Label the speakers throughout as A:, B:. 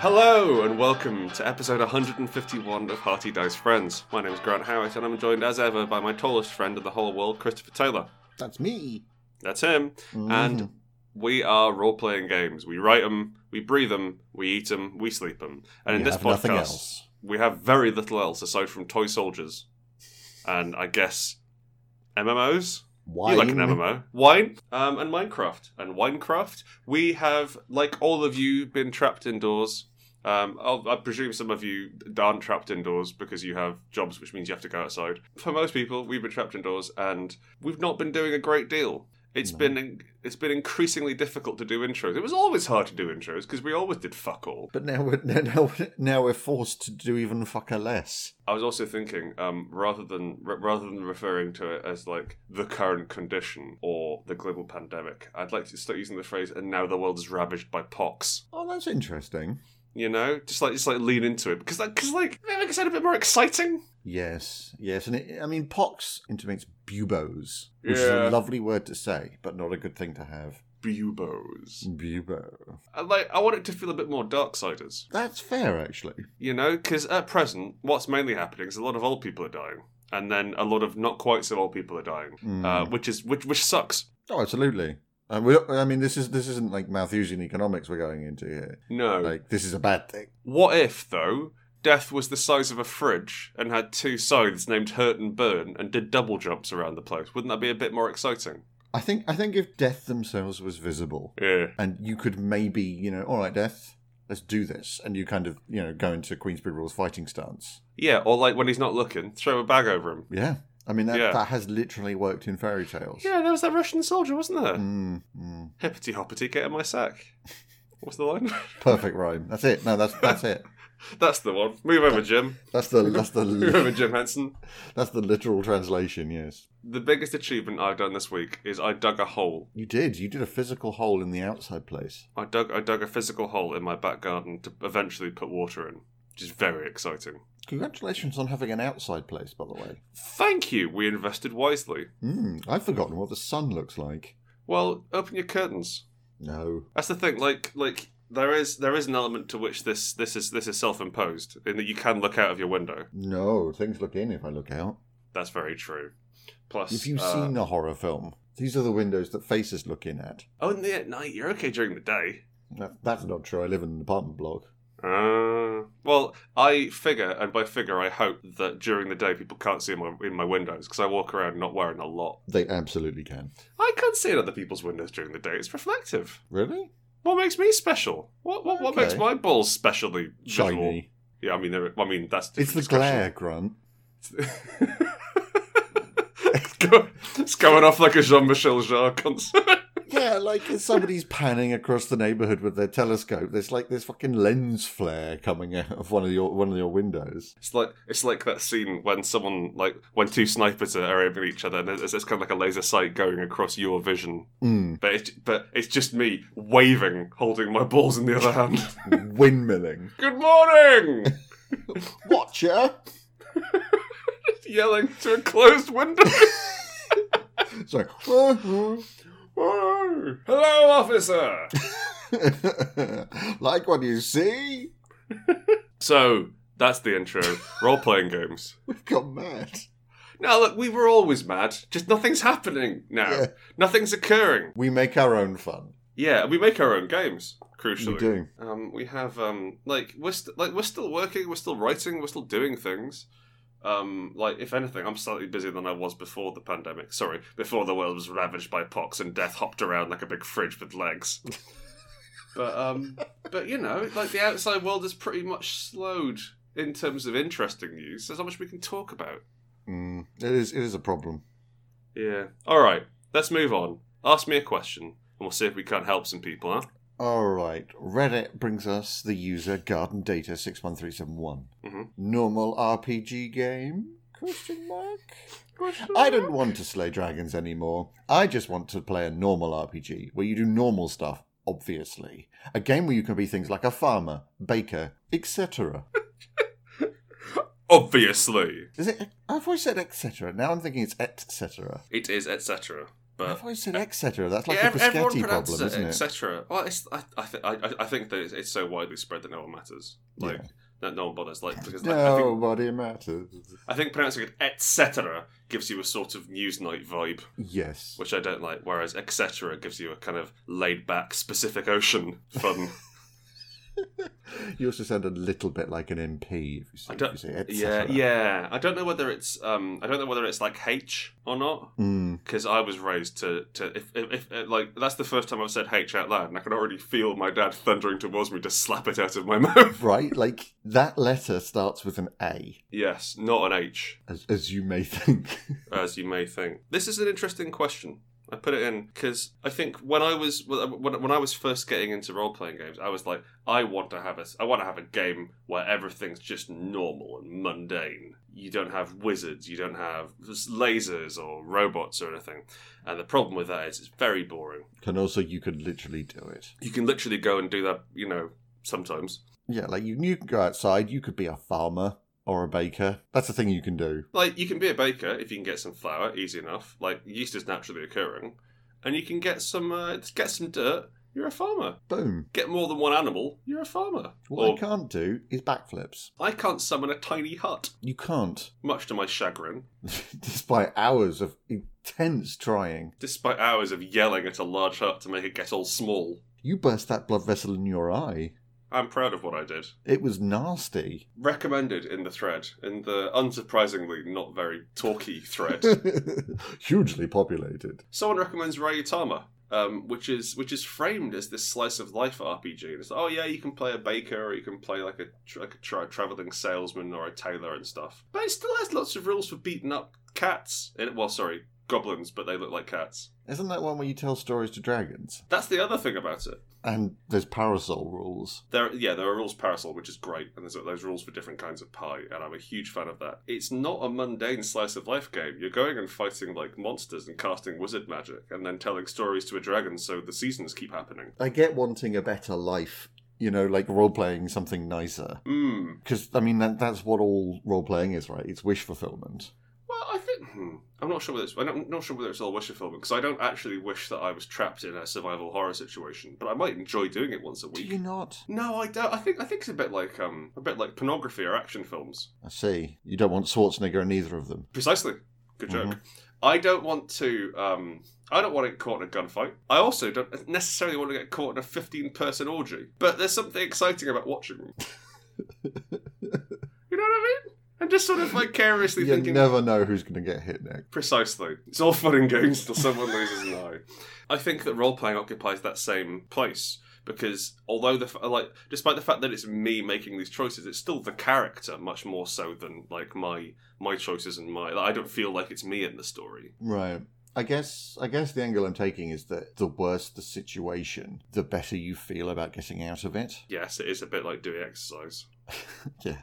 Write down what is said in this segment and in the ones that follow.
A: Hello and welcome to episode 151 of Hearty Dice Friends. My name is Grant Howitt and I'm joined as ever by my tallest friend in the whole world, Christopher Taylor.
B: That's me.
A: That's him.
B: Mm-hmm. Mm.
A: And we are role playing games. We write them, we breathe them, we eat them, we sleep them. And in
B: We
A: this
B: have nothing
A: podcast,
B: else.
A: we have very little else aside from toy soldiers and I guess MMOs.
B: Wine.
A: You like an MMO. Wine um, and Minecraft. And Winecraft, we have, like all of you, been trapped indoors. Um, I'll- I presume some of you aren't trapped indoors because you have jobs, which means you have to go outside. For most people, we've been trapped indoors, and we've not been doing a great deal. It's
B: No.
A: been it's been increasingly difficult to do intros. It was always hard to do intros because we always did fuck all.
B: But now we're now, now we're forced to do even fucker less.
A: I was also thinking, um, rather than r- rather than referring to it as like the current condition or the global pandemic, I'd like to start using the phrase "and now the world is ravaged by pox."
B: Oh, that's interesting.
A: You know, just like just like lean into it because because like it makes it a bit more exciting.
B: Yes, yes, and it, I mean pox intimates buboes, which
A: Yeah.
B: is a lovely word to say, but not a good thing to have.
A: Bubos.
B: Bubo.
A: I Uh, like I want it to feel a bit more Darksiders.
B: That's fair, actually.
A: You know, because at present, what's mainly happening is a lot of old people are dying, and then a lot of not quite so old people are dying,
B: Mm.
A: uh, which is which which sucks.
B: oh, absolutely. And we, I mean, this is this isn't like Malthusian economics we're going into here.
A: No,
B: Like this is a bad thing.
A: What if, though, death was the size of a fridge and had two scythes named Hurt and Burn and did double jumps around the place? Wouldn't that be a bit more exciting?
B: I think I think if death themselves was visible,
A: Yeah.
B: and you could maybe you know all right death let's do this and you kind of you know go into queensbury rules fighting stance
A: Yeah, or like when he's not looking, throw a bag over him.
B: yeah i mean that,
A: Yeah.
B: that has literally worked in fairy tales
A: Yeah, there was that Russian soldier, wasn't there?
B: mm, mm.
A: Hippity hoppity, get in my sack. What's the line?
B: perfect rhyme that's it no that's that's it
A: that's the one. Move over, Jim.
B: that's the that's
A: Move over,
B: the
A: Jim Henson.
B: that's the literal translation yes
A: The biggest achievement I've done this week is I dug a hole.
B: you did you did a physical hole in the outside place
A: I dug I dug a physical hole in my back garden to eventually put water in, which is very exciting.
B: congratulations on having an outside place by the way
A: Thank you. We invested wisely.
B: mm, i've forgotten what the sun looks like
A: Well, open your curtains.
B: no
A: That's the thing. Like, like there is there is an element to which this this is this is self imposed in that you can look out of your window.
B: no things look in if i look out
A: That's very true. Plus,
B: if you've
A: uh,
B: seen a horror film these are the windows that faces look in at
A: only oh, at night, you're okay during the day.
B: That, that's not true. I live in an apartment block.
A: Uh, well, I figure, and by figure, I hope that during the day people can't see my in my windows because I walk around not wearing a lot.
B: They absolutely can.
A: I can't see in other people's windows during the day. It's reflective.
B: Really?
A: What makes me special? What what, what
B: Okay.
A: makes my balls specially visible?
B: Shiny.
A: Yeah, I mean, there, I mean that's
B: It's the
A: discussion.
B: glare, Grunt.
A: it's, go- it's going off like a Jean Michel Jarre concert.
B: Yeah, like if somebody's panning across the neighborhood with their telescope. There's like this fucking lens flare coming out of one of your one of your windows.
A: It's like it's like that scene when someone like when two snipers are aiming at each other, and there's, there's kind of like a laser sight going across your vision.
B: Mm.
A: But it's, but it's just me waving, holding my balls in the other hand.
B: Windmilling.
A: Good morning,
B: Watcher.
A: yelling to a closed window.
B: Sorry.
A: Hello, officer.
B: like what you see?
A: So that's the intro. Role playing games.
B: We've got mad.
A: Now look, we were always mad. Just nothing's happening now.
B: Yeah.
A: Nothing's occurring.
B: We make our own fun.
A: Yeah, we make our own games. Crucially,
B: We do.
A: Um, we have um, like we're st- like we're still working, we're still writing, we're still doing things. Um, like if anything, I'm slightly busier than I was before the pandemic. Sorry, before the world was ravaged by pox and death hopped around like a big fridge with legs. but um, but you know, like the outside world is pretty much slowed in terms of interesting news. There's not much we can talk about.
B: Mm. It is. It is a problem.
A: Yeah. All right. Let's move on. Ask me a question, and we'll see if we can't help some people, huh?
B: All right. Reddit brings us
A: Mm-hmm.
B: the user Garden Data six one three seven one.
A: Mhm.
B: Normal RPG game. Question mark?
A: Mm-hmm.
B: I don't want to slay dragons anymore. I just want to play a normal RPG where you do normal stuff, obviously. A game where you can be things like a farmer, baker, etc.
A: Obviously,
B: Is it? I've always said etc. Now I'm thinking it's etc.
A: it is etc. But e-
B: I've always said etc. That's like
A: Yeah,
B: a
A: ev- everyone
B: Biscotti
A: pronounces it
B: problem, isn't it?
A: etc. Well, it's, I, I, th- I, I- I think that it's, it's so widely spread that no one matters. Like
B: Yeah.
A: that no one bothers. Like because like, I think
B: Nobody matters.
A: I think pronouncing it etc. gives you a sort of Newsnight vibe,
B: Yes.
A: which I don't like. Whereas etc. gives you a kind of laid back, specific ocean fun.
B: You also sound a little bit like an MP if you say,
A: I don't-
B: if you say et
A: yeah,
B: cetera.
A: yeah. I don't know whether it's um, I don't know whether it's like H or not.
B: Mm.
A: Because I was raised to to if, if, if like that's the first time I've said H out loud, and I can already feel my dad thundering towards me to slap it out of my mouth.
B: Right? Like that letter starts with an A,
A: yes, not an H.
B: as, as you may think.
A: as you may think. This is an interesting question. I put it in because I think when I was when, when I was first getting into role playing games, I was like, I want to have a I want to have a game where everything's just normal and mundane. You don't have wizards, you don't have lasers or robots or anything. And the problem with that is it's very boring.
B: and also, you could literally do it.
A: You can literally go and do that, you know, sometimes.
B: Yeah, like you, you can go outside, you could be a farmer or a baker. That's a thing you can do.
A: Like you can be a baker if you can get some flour, easy enough. Like yeast is naturally occurring, and you can get some uh, get some dirt. You're a farmer.
B: Boom.
A: get more than one animal, you're a farmer.
B: What
A: or,
B: I can't do is backflips.
A: I can't summon a tiny hut,
B: You can't,
A: much to my chagrin,
B: despite hours of intense trying.
A: despite hours of yelling at a large hut to make it get all small.
B: You burst that blood vessel in your eye.
A: I'm proud of what I did.
B: It was nasty.
A: Recommended in the thread, in the unsurprisingly not very talky thread.
B: Hugely populated.
A: Someone recommends Rayutama, um, which is which is framed as this slice of life RPG. And it's like, oh yeah, you can play a baker, or you can play like a tr like a tra- traveling salesman or a tailor and stuff. But it still has lots of rules for beating up cats. And well, sorry, goblins, but they look like cats.
B: Isn't that one where you tell stories to dragons?
A: That's the other thing about it.
B: And there's parasol rules.
A: There, yeah, there are rules parasol, which is great, and there's those rules for different kinds of pie, and I'm a huge fan of that. It's not a mundane slice of life game. You're going and fighting like monsters and casting wizard magic, and then telling stories to a dragon, so the seasons keep happening.
B: I get wanting a better life, you know, like role playing something nicer.
A: Mmm.
B: Because, I mean, that, that's what all role playing is, right? It's wish fulfillment.
A: Well, I think hmm, I'm not sure whether it's I'm not- not sure whether it's all wish fulfillment because I don't actually wish that I was trapped in a survival horror situation, but I might enjoy doing it once a
B: Do
A: week.
B: you not?
A: No, I don't. I think I think it's a bit like um a bit like pornography or action films.
B: I see. You don't want Schwarzenegger in either of them.
A: Precisely. Good joke.
B: Mm-hmm.
A: I don't want to. Um, I don't want to get caught in a gunfight. I also don't necessarily want to get caught in a 15-person orgy. But there's something exciting about watching them. you know what I mean? And just sort of like carelessly
B: You
A: thinking.
B: never know who's going to get hit next.
A: Precisely. It's all fun and games till someone loses an eye. I think that role playing occupies that same place because although the f- like despite the fact that it's me making these choices it's still the character much more so than like my my choices and my like, I don't feel like it's me in the story.
B: Right. I guess I guess the angle I'm taking is that the worse the situation, the better you feel about getting out of it.
A: Yes, it is a bit like doing exercise.
B: yeah.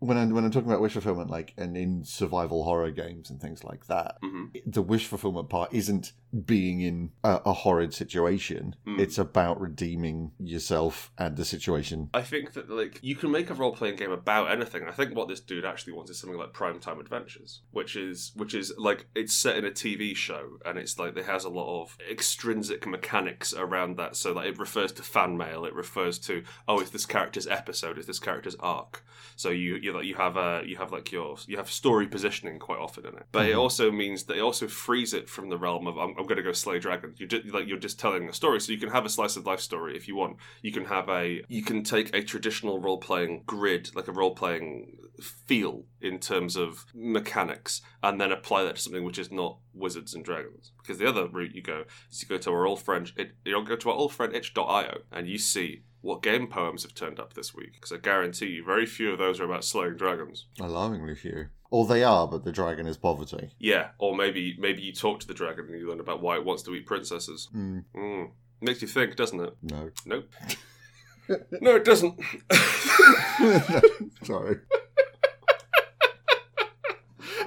B: When I'm, when I'm talking about wish fulfillment, like, and in survival horror games and things like that,
A: hmm
B: the wish fulfillment part isn't being in a, a horrid situation.
A: Mm.
B: It's about redeeming yourself and the situation.
A: I think that like you can make a role playing game about anything. I think what this dude actually wants is something like Primetime Adventures, which is which is like it's set in a TV show and it's like it has a lot of extrinsic mechanics around that. So like it refers to fan mail, it refers to oh, it's this character's episode, it's this character's arc. So you you like you have uh you have like your you have story positioning quite often in it, but it
B: Mhm.
A: also means that it also frees it from the realm of I'm, I'm going to go slay dragons. You just like you're just telling a story, so you can have a slice of life story if you want you can have a you can take a traditional role playing grid like a role playing feel in terms of mechanics and then apply that to something which is not wizards and dragons because the other route you go is you go to our old friend it, you'll go to our old friend itch.io and you see what game poems have turned up this week because i guarantee you very few of those are about slaying dragons
B: Alarmingly few. Or they are, but the dragon is poverty.
A: yeah or maybe maybe you talk to the dragon and you learn about why it wants to eat princesses
B: Mm,
A: mm. makes you think doesn't it
B: no.
A: nope no it doesn't
B: No, Sorry.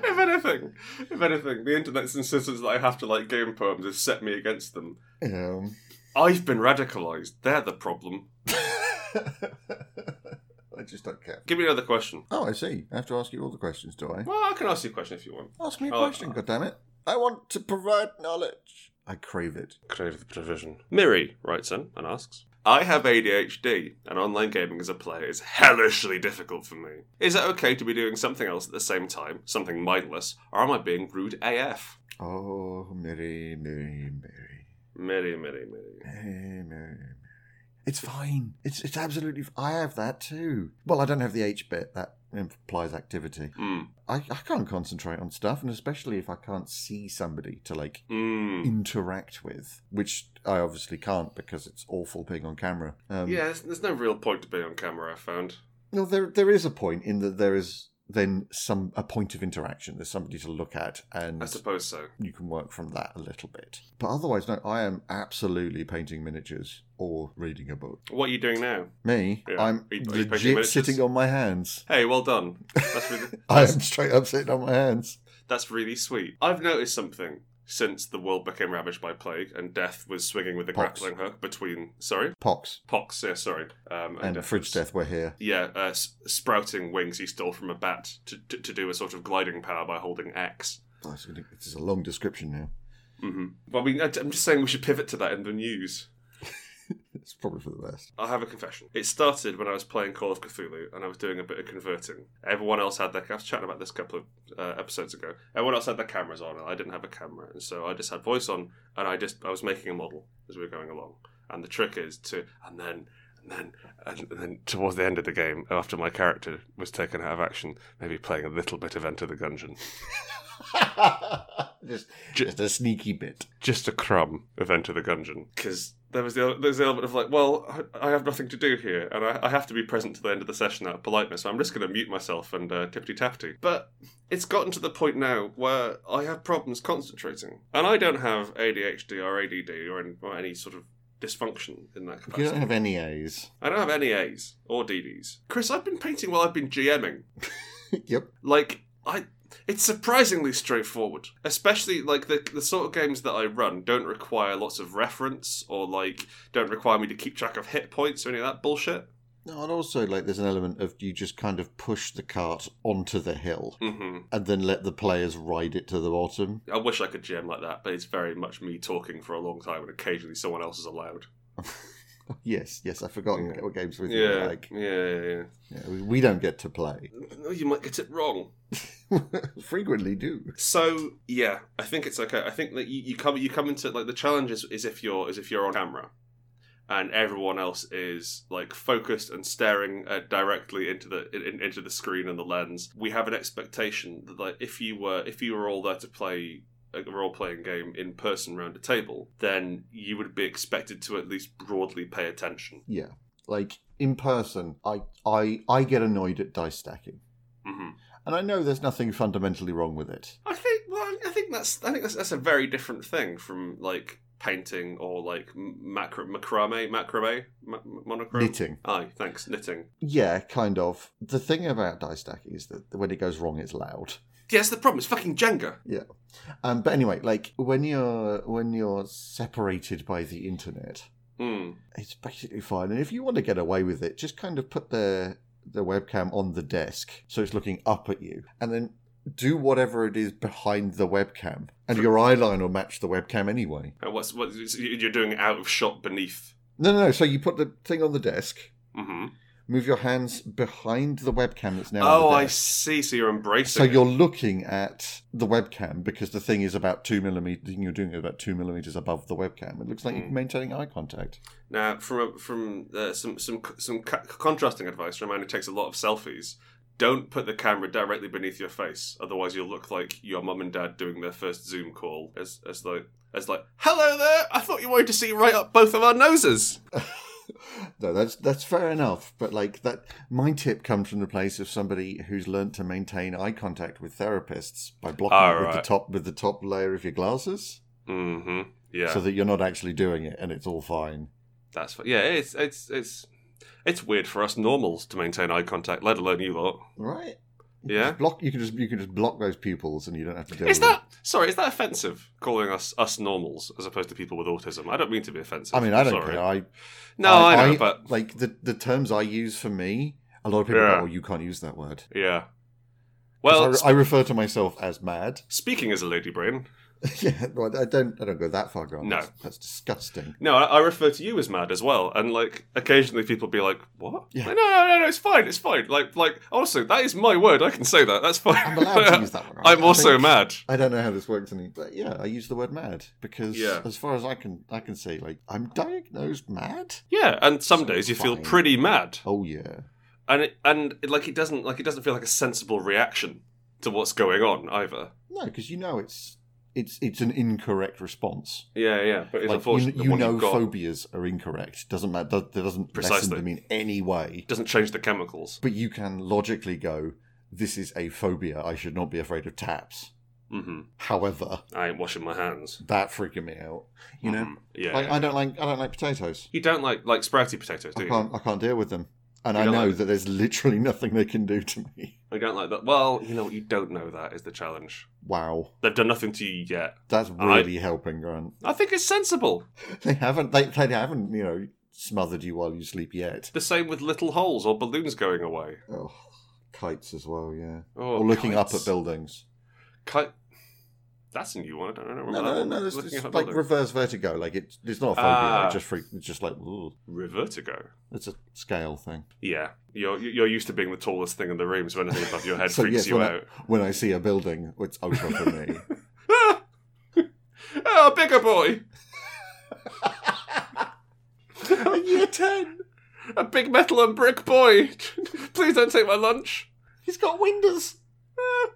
A: if anything, if anything, the internet's insistence that I have to like game poems has set me against them.
B: Um,
A: I've been radicalized. They're the problem.
B: I just don't care.
A: Give me another question.
B: Oh, I see. I have to ask you all the questions, do I?
A: Well, I can ask you a question if you want.
B: Ask me a
A: Oh,
B: question, goddammit. I want to provide knowledge. I crave it.
A: Crave the provision. Miri writes in and asks. I have ADHD, and online gaming as a player is hellishly difficult for me. Is it okay to be doing something else at the same time, something mindless, or am I being rude AF?
B: Oh, Mary, Mary, Mary.
A: Miri, Miri, Miri.
B: Mary, Mary, Mary. It's fine. It's it's absolutely. F- I have that too. Well, I don't have the H bit. That implies activity.
A: Mm.
B: I, I can't concentrate on stuff, and especially if I can't see somebody to like
A: Mm.
B: interact with, which I obviously can't because it's awful being on camera. Um,
A: Yeah, there's, there's no real point to being on camera, I found.
B: No, there there is a point in that there is then some a point of interaction. There's somebody to look at, and
A: I suppose so.
B: you can work from that a little bit. But otherwise, no, I am absolutely painting miniatures or reading a book.
A: What are you doing now?
B: Me,
A: Yeah.
B: I'm
A: Are you- are you painting
B: legit
A: miniatures?
B: sitting on my hands.
A: Hey, well done. That's really,
B: I'm straight up sitting on my hands.
A: that's really sweet. I've noticed something since the world became ravaged by plague and death was swinging with a
B: Pox.
A: grappling hook between. Sorry?
B: Pox
A: Pox, yeah, sorry. Um,
B: and, fridge
A: was-
B: death were here.
A: Yeah, uh, s- sprouting wings he stole from a bat to, to, to do a sort of gliding power by holding X.
B: Oh, it's gonna- this is a long description now.
A: Mm-hmm. Well, we, I'm just saying we should pivot to that in the news.
B: It's probably for the best.
A: I have a confession. It started when I was playing Call of Cthulhu and I was doing a bit of converting. Everyone else had their. I was chatting about this a couple of uh, episodes ago. Everyone else had their cameras on, and I didn't have a camera, and so I just had voice on, and I just I was making a model as we were going along. And the trick is to and then and then and then towards the end of the game, after my character was taken out of action, maybe playing a little bit of Enter the Gungeon,
B: just, just a sneaky bit.
A: just a crumb of Enter the Gungeon, because. There was the, there's the element of like, well, I, I have nothing to do here, and I, I have to be present to the end of the session out of politeness, so I'm just going to mute myself and uh, tippity tappity. But it's gotten to the point now where I have problems concentrating, and I don't have ADHD or ADD or any, or any sort of dysfunction in that capacity.
B: You don't have any A's.
A: I don't have any A's or DDs. Chris, I've been painting while I've been GMing.
B: yep.
A: Like I, it's surprisingly straightforward. Especially like the the sort of games that I run don't require lots of reference or like don't require me to keep track of hit points or any of that bullshit.
B: No, and also like there's an element of you just kind of push the cart onto the hill
A: hmm
B: and then let the players ride it to the bottom.
A: I wish I could jam like that, but it's very much me talking for a long time and occasionally someone else is allowed.
B: Yes, yes, I've forgotten
A: Yeah.
B: what games with you
A: Yeah,
B: like.
A: yeah, yeah,
B: Yeah, we- we don't get to play.
A: yeah. No, you might get it wrong.
B: Frequently do.
A: So yeah, I think it's okay. I think that you, you come you come into like the challenge is, is if you're is if you're on camera, and everyone else is like focused and staring uh, directly into the in, into the screen and the lens. We have an expectation that like if you were if you were all there to play a role playing game in person round a table, then you would be expected to at least broadly pay attention.
B: Yeah. Like in person, I I I get annoyed at dice stacking.
A: hmm
B: And I know there's nothing fundamentally wrong with it.
A: I think well, I think that's I think that's, that's a very different thing from like painting or like m- macra- macrame macrame ma- monochrome.
B: Knitting.
A: Aye, thanks knitting.
B: Yeah, kind of. The thing about dice stacking is that when it goes wrong it's loud.
A: Yes, the problem is fucking Jenga.
B: Um, but anyway, like when you're when you're separated by the internet,
A: Mm.
B: it's basically fine. And if you want to get away with it, just kind of put the the webcam on the desk so it's looking up at you, and then do whatever it is behind the webcam, and your eye line will match the webcam anyway.
A: And Uh, what's what you're doing out of shot beneath?
B: No, no, no. So you put the thing on the desk,
A: hmm
B: move your hands behind the webcam that's now.
A: Oh,
B: on the
A: I
B: desk.
A: see. So you're
B: So
A: embracing. it.
B: you're looking at the webcam because the thing is about two millimeters. You're doing it about two millimeters above the webcam. It looks like you're
A: Mm.
B: maintaining eye contact.
A: now from a, from uh, some some some ca- contrasting advice from a man who takes a lot of selfies. Don't put the camera directly beneath your face, otherwise you'll look like your mum and dad doing their first Zoom call as as like as like, "Hello there! I thought you wanted to see right up both of our noses."
B: no, that's that's fair enough. But like that, my tip comes from the place of somebody who's learnt to maintain eye contact with therapists by blocking it with the
A: Alright.
B: top with the top layer of your glasses,
A: Mm-hmm. Yeah,
B: so that you're not actually doing it, and it's all fine.
A: that's fu- yeah. It's it's it's it's weird for us normals to maintain eye contact, let alone you lot.
B: Right?
A: Yeah.
B: Block. You can just you can just block those pupils, and you don't have to deal.
A: Is
B: with
A: that sorry? Is that offensive? Calling us us normals as opposed to people with autism. I don't mean to be offensive.
B: It. I mean, I don't
A: sorry.
B: care. I
A: No, I,
B: I-
A: know,
B: I-
A: but
B: like the the terms I use for me. A lot of people
A: Yeah.
B: go, "Oh, you can't use that word."
A: yeah.
B: 'Cause
A: Well,
B: I, re- I refer to myself as mad.
A: speaking as a lady brain,
B: yeah, but I don't. I don't go that far, Grant.
A: No.
B: that's, that's disgusting.
A: No, I, I refer to you as mad as well, and like occasionally people be like, "What?
B: Yeah.
A: Like, no, no, no, no, it's fine, it's fine." Like, like also that is my word. I can say that. That's fine.
B: I'm allowed to use that one. right?
A: I'm
B: I
A: also
B: think-
A: mad.
B: I don't know how this works, any, but yeah, I use the word mad because,
A: Yeah.
B: as far as I can, I can see, like I'm diagnosed mad.
A: Yeah, and some
B: So
A: days you feel
B: fine.
A: pretty mad,
B: Oh yeah,
A: and it, and it, like it doesn't like it doesn't feel like a sensible reaction to what's going on either.
B: no, because you know it's it's it's an incorrect response.
A: Yeah, yeah, but it's
B: Like you,
A: unfortunate. the
B: you
A: one
B: know,
A: you've got
B: phobias are incorrect. Doesn't matter. Does, that doesn't lessen
A: Precisely.
B: them in any way.
A: doesn't change the chemicals.
B: But you can logically go, this is a phobia. I should not be afraid of taps.
A: hmm
B: However,
A: I ain't washing my hands.
B: that freaking me out. You know,
A: Mhm. Yeah.
B: like
A: yeah.
B: I don't like I don't like potatoes.
A: you don't like like sprouty potatoes, do
B: I
A: you?
B: can't I can't deal with them, and
A: You
B: I
A: don't
B: know
A: like-
B: that there's literally nothing they can do to me.
A: I don't like that. Well, you know what? You don't know that is the challenge.
B: Wow,
A: They've done nothing to you yet.
B: that's
A: I-
B: really helping, Grant.
A: I think it's sensible.
B: They haven't they, they haven't you know smothered you while you sleep yet.
A: The same with little holes or balloons going away.
B: Oh, kites as well, yeah.
A: Oh,
B: Or looking up
A: kites.
B: at buildings.
A: Kite. That's a new one. I don't remember.
B: No,
A: that
B: no,
A: one.
B: no. It's,
A: Looking
B: it's
A: up at
B: like
A: buildings.
B: reverse vertigo. Like it's it's not a phobia.
A: Ah.
B: It just freak. It's just like ooh,
A: Revertigo.
B: it's a scale thing.
A: Yeah, you're you're used to being the tallest thing in the room, so anything above your head
B: So,
A: freaks
B: yes,
A: you
B: when I-
A: out.
B: When I see a building, it's over for me.
A: Ah! oh, bigger boy. A year ten. A big metal and brick boy. Please don't take my lunch.
B: He's got windows.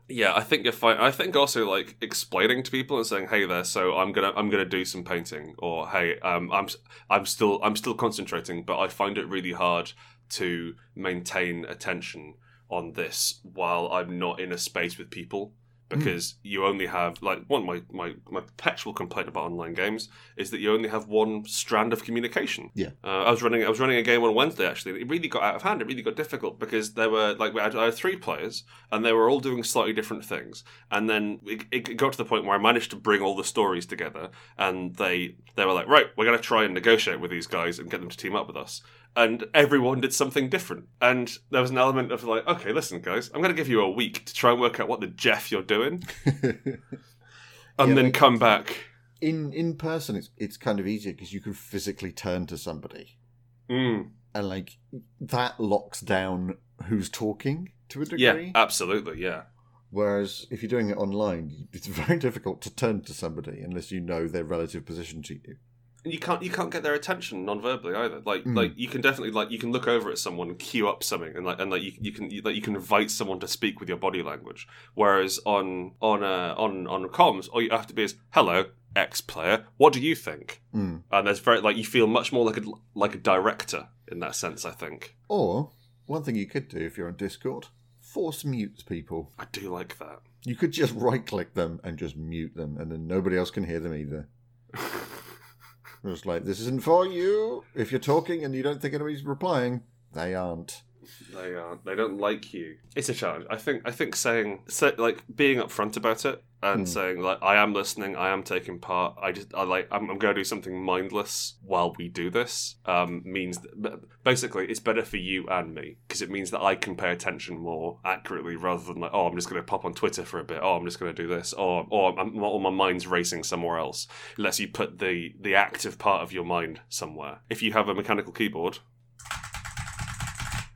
A: Yeah, I think you're fine. I think also like explaining to people and saying, "Hey there, so I'm gonna I'm gonna do some painting," or "Hey, um, I'm s- I'm still I'm still concentrating, but I find it really hard to maintain attention on this while I'm not in a space with people." Because you only have like one my, my my perpetual complaint about online games is that you only have one strand of communication.
B: Yeah.
A: uh, I was running I was running a game on Wednesday actually. And it really got out of hand. It really got difficult because there were like we had, I had three players, and they were all doing slightly different things. And then it, it got to the point where I managed to bring all the stories together, and they they were like, right, we're going to try and negotiate with these guys and get them to team up with us. And everyone did something different. And there was an element of like, okay, listen, guys, I'm going to give you a week to try and work out what the Jeff you're doing, and
B: Yeah,
A: then
B: like-
A: come back.
B: in in person, it's it's kind of easier because you can physically turn to somebody,
A: Mm,
B: and like that locks down who's talking to a
A: yeah, uh,
B: degree.
A: absolutely, yeah.
B: Whereas if you're doing it online, it's very difficult to turn to somebody unless you know their relative position to you.
A: And you can't you can't get their attention non-verbally either. Like
B: Mm.
A: like you can definitely like you can look over at someone and cue up something and like and like you, you can you, like you can invite someone to speak with your body language. Whereas on on uh, on on comms, all you have to be is hello X player. What do you think?
B: Mm.
A: And there's very like you feel much more like a like a director in that sense. I think
B: Or one thing you could do if you're on Discord, force mute people.
A: I do like that.
B: You could just right click them and just mute them, and then nobody else can hear them either. It's like this isn't for you. If you're talking and you don't think anybody's replying, they aren't.
A: They aren't. They don't like you. It's a challenge. I think. I think saying, say, like, being upfront about it and
B: Hmm.
A: saying, like, I am listening. I am taking part. I just, I like, I'm, I'm going to do something mindless while we do this. Um, means that, b- basically, it's better for you and me because it means that I can pay attention more accurately rather than like, oh, I'm just going to pop on Twitter for a bit. Oh, I'm just going to do this. Or, or, I'm, or my mind's racing somewhere else. Unless you put the the active part of your mind somewhere. If you have a mechanical keyboard,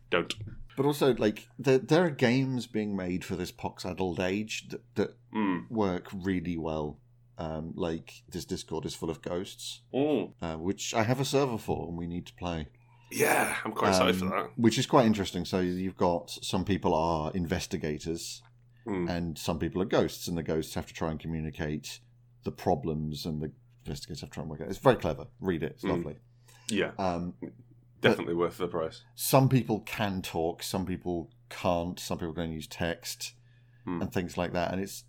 A: don't.
B: But also, like there, there are games being made for this pox-addled age that, that
A: Mm.
B: work really well. Um, like this Discord is full of ghosts,
A: Mm.
B: uh, which I have a server for, and we need to play.
A: Yeah, I'm quite excited for
B: Um,
A: that.
B: Which is quite interesting. So you've got some people are investigators
A: Mm.
B: and some people are ghosts, and the ghosts have to try and communicate the problems, and the investigators have to try and work it. out. It's very clever. Read it. It's
A: Mm.
B: lovely.
A: Yeah,
B: Um,
A: definitely worth the price.
B: some people can talk, some people can't, some people can use text
A: Hmm.
B: and things like that. And it's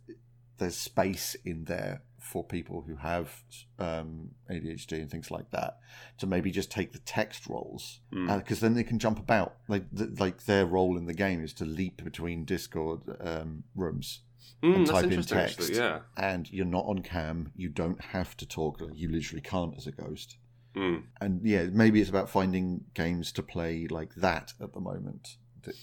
B: there's space in there for people who have um, ADHD and things like that to maybe just take the text roles
A: Mm.
B: because then they can jump about. Like th- like their role in the game is to leap between Discord um, rooms,
A: Mm,
B: and
A: that's
B: type in
A: interesting, actually,
B: text.
A: yeah.
B: and you're not on cam. You don't have to talk. Like, you literally can't as a ghost.
A: Mm.
B: And yeah, maybe it's about finding games to play like that at the moment that,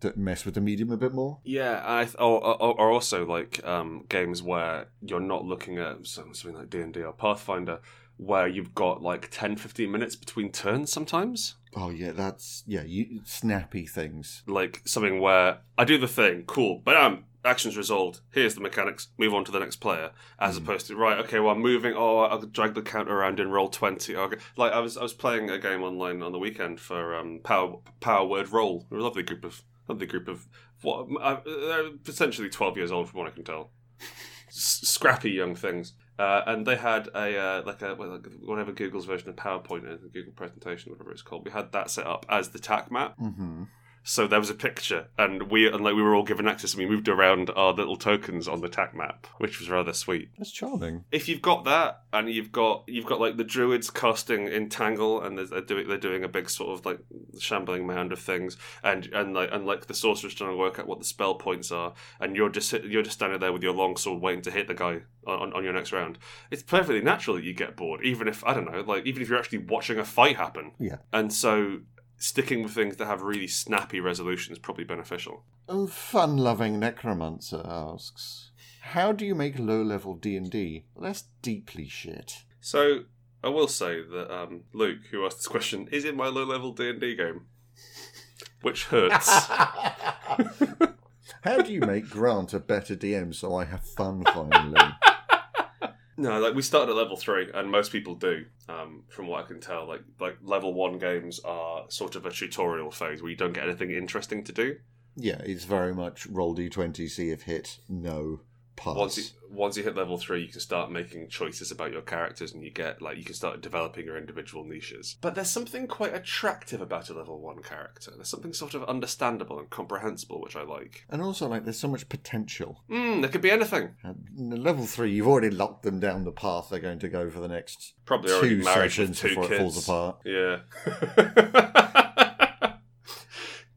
B: that mess with the medium a bit more.
A: Yeah, I th- or, or, or also like um, games where you're not looking at some- something like D and D or Pathfinder, where you've got like 10, 15 minutes between turns sometimes.
B: Oh yeah, that's yeah. You snappy things.
A: Like something where I do the thing, cool, but um, action's resolved. Here's the mechanics. Move on to the next player, as
B: Mm.
A: opposed to right, okay, well I'm moving. Oh, I'll drag the counter around and roll twenty. Okay. Like I was, I was playing a game online on the weekend for um, Power Power Word Roll. A lovely group of lovely group of what uh, they're essentially 12 years old from what i can tell S- scrappy young things uh, and they had a uh, like a well, like whatever google's version of powerpoint is the google presentation whatever it's called we had that set up as the tac map
B: Mm-hmm.
A: so there was a picture and we and like we were all given access and we moved around our little tokens on the tac map which was rather sweet
B: That's charming.
A: if you've got that and you've got you've got like the druids casting entangle and there's- they're doing they're doing a big sort of like shambling mound of things and and like and like the sorcerer's trying to work out what the spell points are and you're just sit- you're just standing there with your long sword waiting to hit the guy on, on, on your next round it's perfectly natural that you get bored even if i don't know like even if you're actually watching a fight happen
B: Yeah.
A: and so sticking with things that have really snappy resolution is probably beneficial
B: Oh, fun-loving necromancer asks, "How do you make low-level D and D less deeply shit?"
A: so I will say that um, Luke, who asked this question, is in my low-level D and D game, which hurts.
B: How do you make Grant a better DM so I have fun finally?
A: no, like we started at level three, and most people do. Um, from what I can tell, like like level one games are sort of a tutorial phase where you don't get anything interesting to do.
B: yeah, it's very much roll d20, see if hit, no, pass.
A: Once you, once you hit level three, you can start making choices about your characters, and you get like you can start developing your individual niches. But there's something quite attractive about a level one character. There's something sort of understandable and comprehensible, which I like.
B: and also, like, there's so much potential.
A: Mm, there could be anything.
B: At level three, you've already locked them down the path they're going to go for the next
A: Probably already
B: two
A: married with
B: sessions
A: two
B: before
A: kids.
B: it falls apart.
A: Yeah.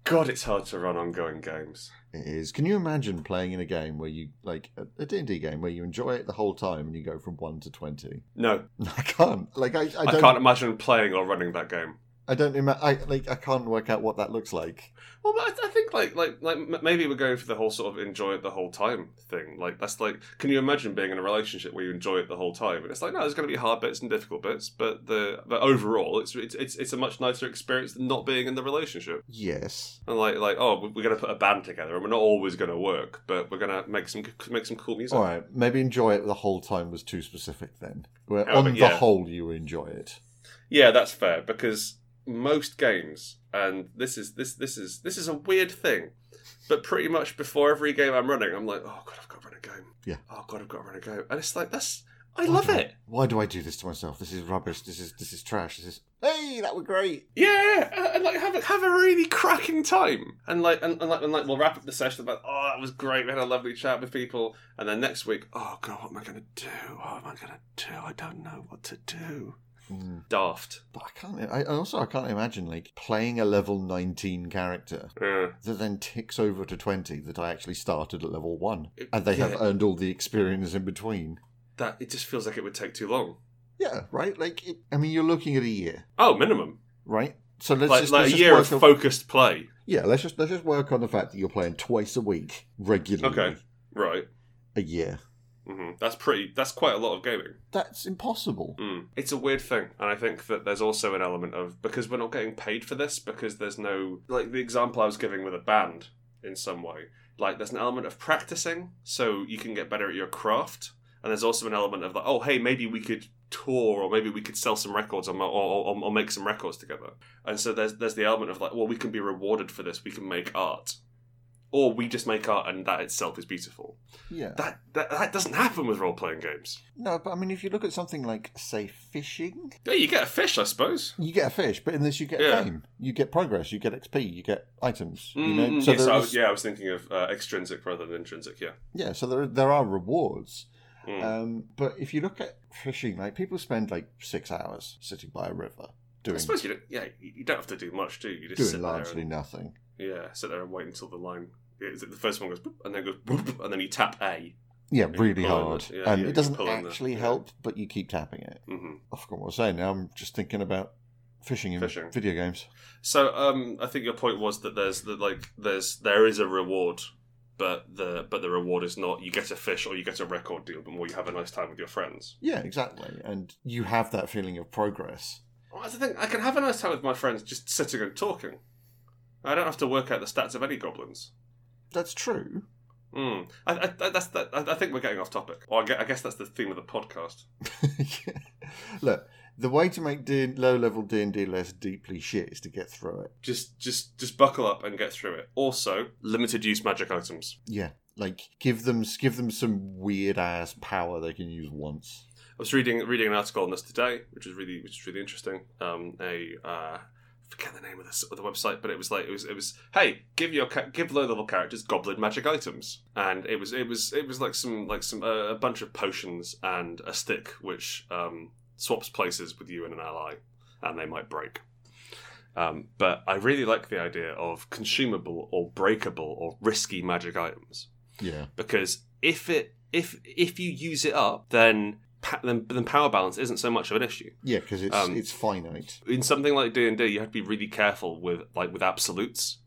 A: God, it's hard to run ongoing games.
B: It is. Can you imagine playing in a game where you like a- a D and D game where you enjoy it the whole time and you go from one to twenty?
A: No,
B: I can't. Like I, I
A: I,
B: don't. I
A: can't imagine playing or running that game.
B: don't. Ima- I like. I can't work out what that looks like.
A: Well, I, I think like like like m- maybe we're going for the whole sort of enjoy it the whole time thing. Like that's like, can you imagine being in a relationship where you enjoy it the whole time? And it's like, no, there's going to be hard bits and difficult bits, but the but overall, it's it's it's, it's a much nicer experience than not being in the relationship.
B: Yes.
A: And like like oh, we're going to put a band together, and we're not always going to work, but we're going to make some make some cool music.
B: All right. Maybe enjoy it the whole time was too specific then. Where
A: Oh,
B: on
A: but
B: the
A: yeah.
B: whole you enjoy it.
A: Yeah, that's fair because most games, and this is this this is this is a weird thing, but pretty much before every game I'm running, I'm like, oh god, I've got to run a game.
B: Yeah.
A: Oh god, I've got to run a game, and it's like that's I
B: Why
A: love
B: do I-
A: it.
B: Why do I do this to myself? This is rubbish. This is this is trash. This is. Hey, that were great.
A: Yeah, and, and like have a, have a really cracking time, and like and, and like and like we'll wrap up the session about oh that was great, we had a lovely chat with people, and then next week oh god, what am I gonna do? What am I gonna do? I don't know what to do.
B: Mm.
A: Daft.
B: But I can't. I and also I can't imagine like playing a level nineteen character
A: Yeah.
B: that then ticks over to twenty that I actually started at level one,
A: It-
B: and they
A: yeah.
B: have uh, earned all the experience in between.
A: That it just feels like it would take too long.
B: Yeah, right. Like it, I mean, you're looking at a year,
A: Oh, minimum.
B: right? So let's
A: like,
B: just,
A: like
B: let's
A: a
B: just
A: year of
B: work on-
A: focused play.
B: yeah. Let's just let's just work on the fact that you're playing twice a week regularly.
A: Okay. Right.
B: a year.
A: hmm That's pretty. That's quite a lot of gaming.
B: That's impossible.
A: Mm. It's a weird thing, and I think that there's also an element of because we're not getting paid for this because there's no like the example I was giving with a band in some way. Like there's an element of practicing, so you can get better at your craft, and there's also an element of like, oh hey, maybe we could tour or maybe we could sell some records or, or, or, or make some records together. And so there's there's the element of like, well, we can be rewarded for this. We can make art, or we just make art, and that itself is beautiful.
B: Yeah.
A: That that, that doesn't happen with role playing games.
B: No, but I mean, if you look at something like say fishing,
A: Yeah, you get a fish, I suppose.
B: you get a fish, but in this you get
A: Yeah.
B: a game, you get progress, you get XP, you get items. you know,
A: Mm,
B: so
A: yes, I
B: there
A: was-
B: is-
A: yeah, I was thinking of uh, extrinsic rather than intrinsic. Yeah,
B: yeah, so there there are rewards,
A: Mm.
B: Um, but if you look at fishing, like people spend like six hours sitting by a river
A: I
B: doing
A: suppose you don't, yeah, you you don't have to do much, do you? You just sit
B: doing
A: there
B: largely
A: and-
B: nothing.
A: yeah, sit there and wait until the line. Is it the first one goes boop, and then goes boop, and then you tap A.
B: Yeah,
A: you
B: really
A: pull in
B: hard,
A: the- yeah,
B: and
A: yeah, you
B: it doesn't
A: pull in the-
B: actually
A: yeah.
B: help, but you keep tapping it.
A: hmm
B: I forgot what I was saying. Now I'm just thinking about fishing in
A: Fishing.
B: video games.
A: So, um, I think your point was that there's that like there's there is a reward, but the but the reward is not you get a fish or you get a record deal, but more you have a nice time with your friends.
B: Yeah, exactly. And you have that feeling of progress.
A: Well, that's the thing. I can have a nice time with my friends just sitting and talking. I don't have to work out the stats of any goblins.
B: That's true.
A: Mm. I, I, I- that's that. I, I think we're getting off topic. Or I gue- I guess that's the theme of the podcast.
B: Look, the way to make D- low-level D and D less deeply shit is to get through it.
A: Just, just, just buckle up and get through it. Also, limited use magic items.
B: Yeah, like give them give them some weird ass power they can use once.
A: I was reading reading an article on this today, which is really, which is really interesting. Um, a uh, forget the name of this of the website, but it was like it was it was hey, give your ca- give low level characters goblin magic items, and it was it was it was like some like some uh, a bunch of potions and a stick which um, swaps places with you and an ally, and they might break. Um, but I really like the idea of consumable or breakable or risky magic items
B: Yeah,
A: because if it if if you use it up, then pa- then, then power balance isn't so much of an issue.
B: yeah, because it's
A: Um,
B: it's finite.
A: In something like D and D, you have to be really careful with like with absolutes,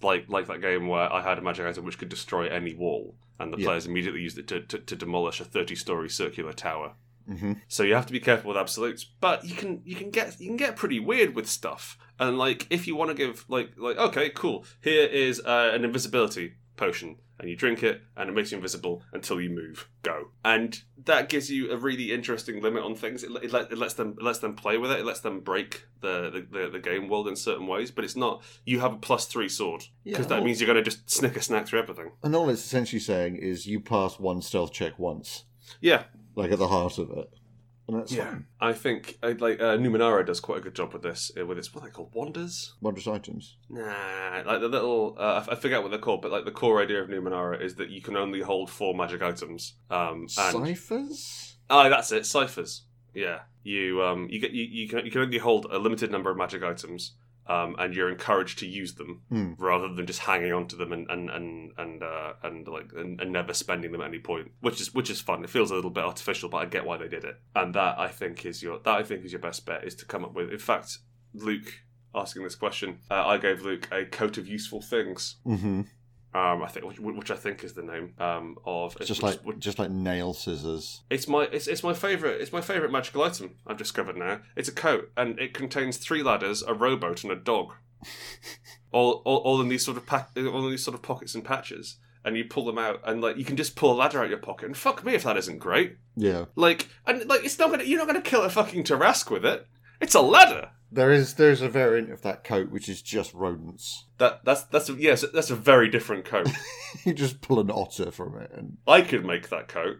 A: like like that game where I had a magic item which could destroy any wall, and the
B: Yeah.
A: players immediately used it to, to, to demolish a thirty story circular tower.
B: hmm
A: So you have to be careful with absolutes, but you can you can get you can get pretty weird with stuff. And like if you want to give like like okay cool here is uh, an invisibility potion and you drink it and it makes you invisible until you move go and that gives you a really interesting limit on things it, it, let, it lets them it lets them play with it it lets them break the the, the the game world in certain ways but it's not you have a plus three sword because
B: Yeah,
A: that
B: well-
A: means you're going to just snicker snack through everything
B: And all it's essentially saying is you pass one stealth check once,
A: yeah
B: like at the heart of it, and that's
A: Yeah.
B: fine.
A: i think I, like uh, numenara does quite a good job with this uh, with its what are they called wanders
B: Wondrous items.
A: Nah, like the little, uh, I forget what they're called, but like the core idea of Numenara is that you can only hold four magic items. Um, and
B: Ciphers.
A: oh, that's it, ciphers. Yeah, you um, you get you, you can you can only hold a limited number of magic items, um, and you're encouraged to use them
B: Hmm.
A: rather than just hanging on to them and and and and uh, and like and, and never spending them at any point, which is which is fun. It feels a little bit artificial, but I get why they did it, and that I think is your that I think is your best bet is to come up with. In fact, Luke asking this question, uh, I gave Luke a coat of useful things.
B: Mm-hmm.
A: Um, I think which, which I think is the name um, of
B: It's just
A: which-
B: like
A: which-
B: just like nail scissors.
A: it's my it's, it's my favorite it's my favorite magical item I've discovered now. It's a coat and it contains three ladders, a rowboat, and a dog. all, all all in these sort of pack, all in these sort of pockets and patches. And you pull them out, and like you can just pull a ladder out of your pocket. And fuck me if that isn't great.
B: Yeah,
A: Like and like it's not gonna you're not gonna kill a fucking Tarask with it. It's a ladder.
B: there is there is a variant of that coat which is just rodents.
A: That that's that's a, yes that's a very different coat.
B: You just pull an otter from it, and
A: I could make that coat.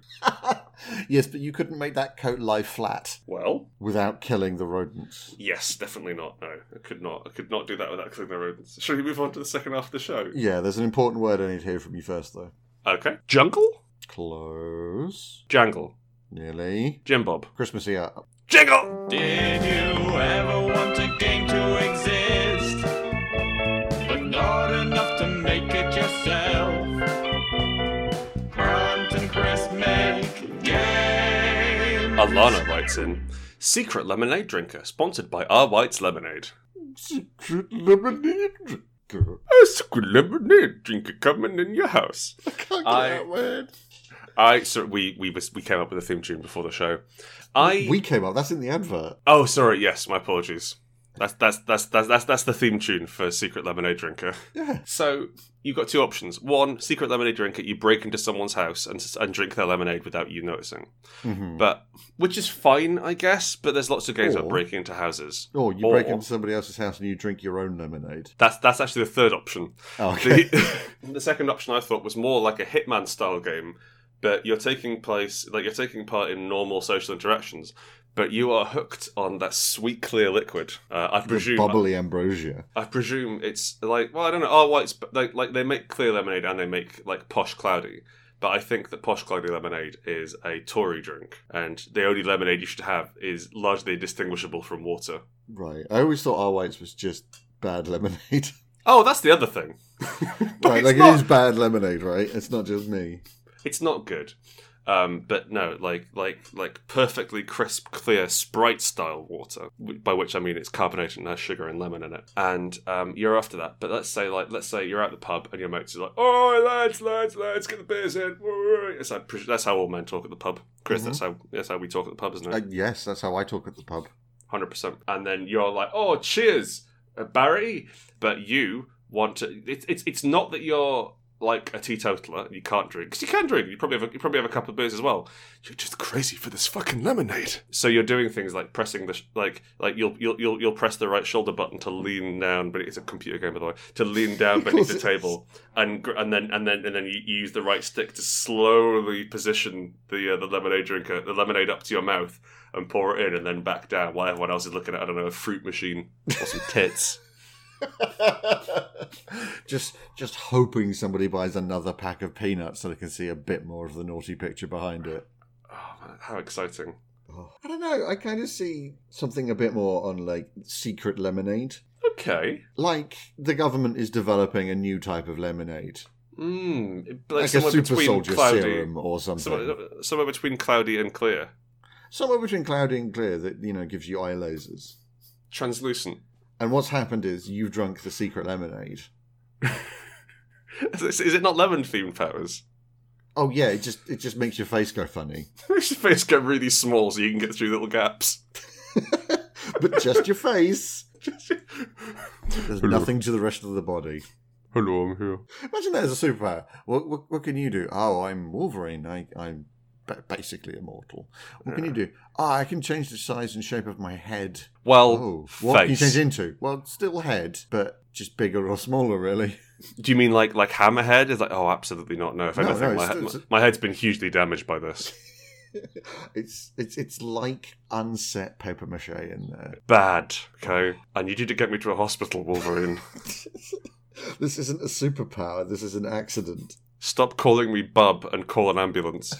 B: yes, but you couldn't make that coat lie flat
A: Well,
B: without killing the rodents.
A: Yes, definitely not. No, I could not. I could not do that without killing the rodents. Shall we move on to the second half of the show?
B: Yeah, there's an important word I need to hear from you first, though.
A: Okay. Jungle?
B: Close.
A: Jangle.
B: Nearly.
A: Jim Bob.
B: Christmassy up.
A: Jingle!
C: Did you ever want a game to exist? But not enough to make it yourself. Grant and Chris make games.
A: Alana writes in Secret Lemonade Drinker, sponsored by R. White's Lemonade.
B: Secret lemonade drinker.
A: A secret lemonade drinker coming in your house.
B: I can't get
A: I-
B: that word.
A: I so we we was, we came up with a theme tune before the show. I
B: We came up. That's in the advert.
A: oh sorry yes my apologies. That's that's that's that's that's that's the theme tune for Secret Lemonade Drinker.
B: Yeah.
A: So you've got two options. One, secret lemonade drinker. You break into someone's house and and drink their lemonade without you noticing.
B: Mhm.
A: But which is fine, I guess. But there's lots of games about
B: Or-
A: breaking into houses.
B: Or Oh, you
A: Or-
B: break into somebody else's house and you drink your own lemonade.
A: That's that's actually the third option.
B: Oh, okay.
A: The, the second option I thought was more like a Hitman style game, but you're taking place like you're taking part in normal social interactions. But you are hooked on that sweet clear liquid. Uh, I
B: The
A: presume
B: bubbly ambrosia.
A: I presume it's like well, I don't know. Oh, well, it's like like they make clear lemonade and they make like posh cloudy, But I think that Posh Cloudy Lemonade is a Tory drink, and the only lemonade you should have is largely distinguishable from water.
B: Right. I always thought our whites was just bad lemonade.
A: Oh, that's the other thing. but
B: right,
A: it's,
B: like
A: not,
B: it is bad lemonade, right? It's not just me.
A: it's not good. Um, but no, like like like perfectly crisp, clear Sprite style water, wh- by which I mean it's carbonated and has sugar and lemon in it. And um, you're after that. But let's say like let's say you're at the pub and your mates are like, "Oh, lads, lads, lads, get the beers in." It's like, that's how all men talk at the pub, Chris.
B: Mhm.
A: That's how that's how we talk at the pub, isn't it?
B: Uh, yes, that's how I talk at the pub.
A: hundred percent. And then you're like, "Oh, cheers, uh, Barry!" But you want to. It's it's it's not that you're like a teetotaler and you can't drink because you can drink. You probably have a, you probably have a couple of beers as well. You're just crazy for this fucking lemonade. So you're doing things like pressing the sh- like like you'll you'll you'll you'll press the right shoulder button to lean down. But it's a computer game, by the way. To lean down
B: Of
A: beneath
B: course
A: the
B: it
A: table and gr- and then and then and then you you use the right stick to slowly position the uh, the lemonade drinker the lemonade up to your mouth and pour it in and then back down while everyone else is looking at I don't know a fruit machine or some tits.
B: just just hoping somebody buys another pack of peanuts so they can see a bit more of the naughty picture behind it.
A: oh man, how exciting!
B: Oh, I don't know. I kind of see something a bit more on like secret lemonade.
A: Okay,
B: Like the government is developing a new type of lemonade,
A: mm, like,
B: like, a
A: somewhere
B: super
A: between
B: soldier
A: cloudy,
B: serum or something.
A: Somewhere, somewhere between cloudy and clear,
B: Somewhere between cloudy and clear that you know gives you eye lasers.
A: translucent.
B: And what's happened is you've drunk the secret lemonade.
A: Is is it not lemon themed powers?
B: Oh yeah, it just it just makes your face go funny,
A: Makes your face get really small so you can get through little gaps.
B: but just your face. There's nothing to the rest of the body.
A: Hello, I'm here.
B: Imagine that as a superpower. What, what, what can you do? Oh, I'm Wolverine. I, I'm ba- basically immortal. What can you do? Ah, I can change the size and shape of my head.
A: Well,
B: Oh, what can you
A: face.
B: change into? Well, still head, but just bigger or smaller, really.
A: Do you mean like like hammerhead? It's like oh, absolutely not. No, if
B: No,
A: anything,
B: no,
A: my,
B: it's-
A: he-
B: it's-
A: my head's been hugely damaged by this.
B: It's it's it's like unset paper mache in there.
A: Bad. Okay, I need you to get me to a hospital, Wolverine.
B: this isn't a superpower. This is an accident.
A: Stop calling me bub and call an ambulance.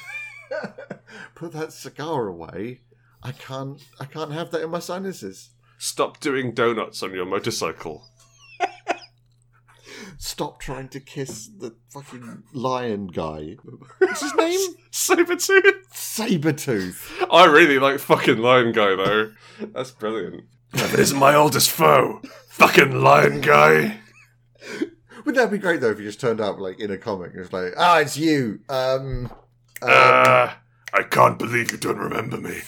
B: Put that cigar away. I can't. I can't have that in my sinuses.
A: Stop doing donuts on your motorcycle.
B: Stop trying to kiss the fucking lion guy. What's his name?
A: Sabretooth.
B: Sabretooth.
A: I really like fucking Lion Guy though. That's brilliant. That is my oldest foe. Fucking Lion Guy.
B: Wouldn't that be great though if you just turned up like in a comic and it's like, ah, it's you. Um, uh,
A: I can't believe you don't remember me.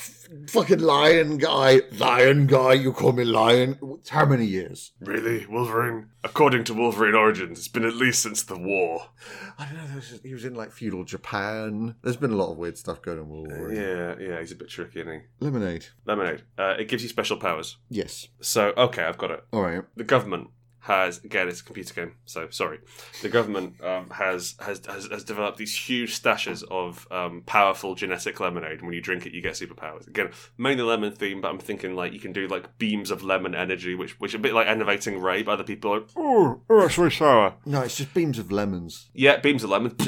B: fucking lion guy, lion guy. You call me lion? How many years?
A: Really, Wolverine? According to Wolverine Origins, it's been at least since the war.
B: I don't know. there was- He was in like feudal Japan. There's been a lot of weird stuff going on. with Wolverine.
A: Yeah, yeah, he's a bit tricky, isn't he?
B: Lemonade.
A: Lemonade. Uh, it gives you special powers.
B: Yes.
A: So, okay, I've got it.
B: All right.
A: the government has again it's a computer game so sorry the government um, has, has has has developed these huge stashes of um, powerful genetic lemonade and when you drink it you get superpowers again mainly lemon theme but i'm thinking like you can do like beams of lemon energy which which a bit like enervating ray but other people are like oh that's really sour
B: No, it's just beams of lemons.
A: yeah beams of lemon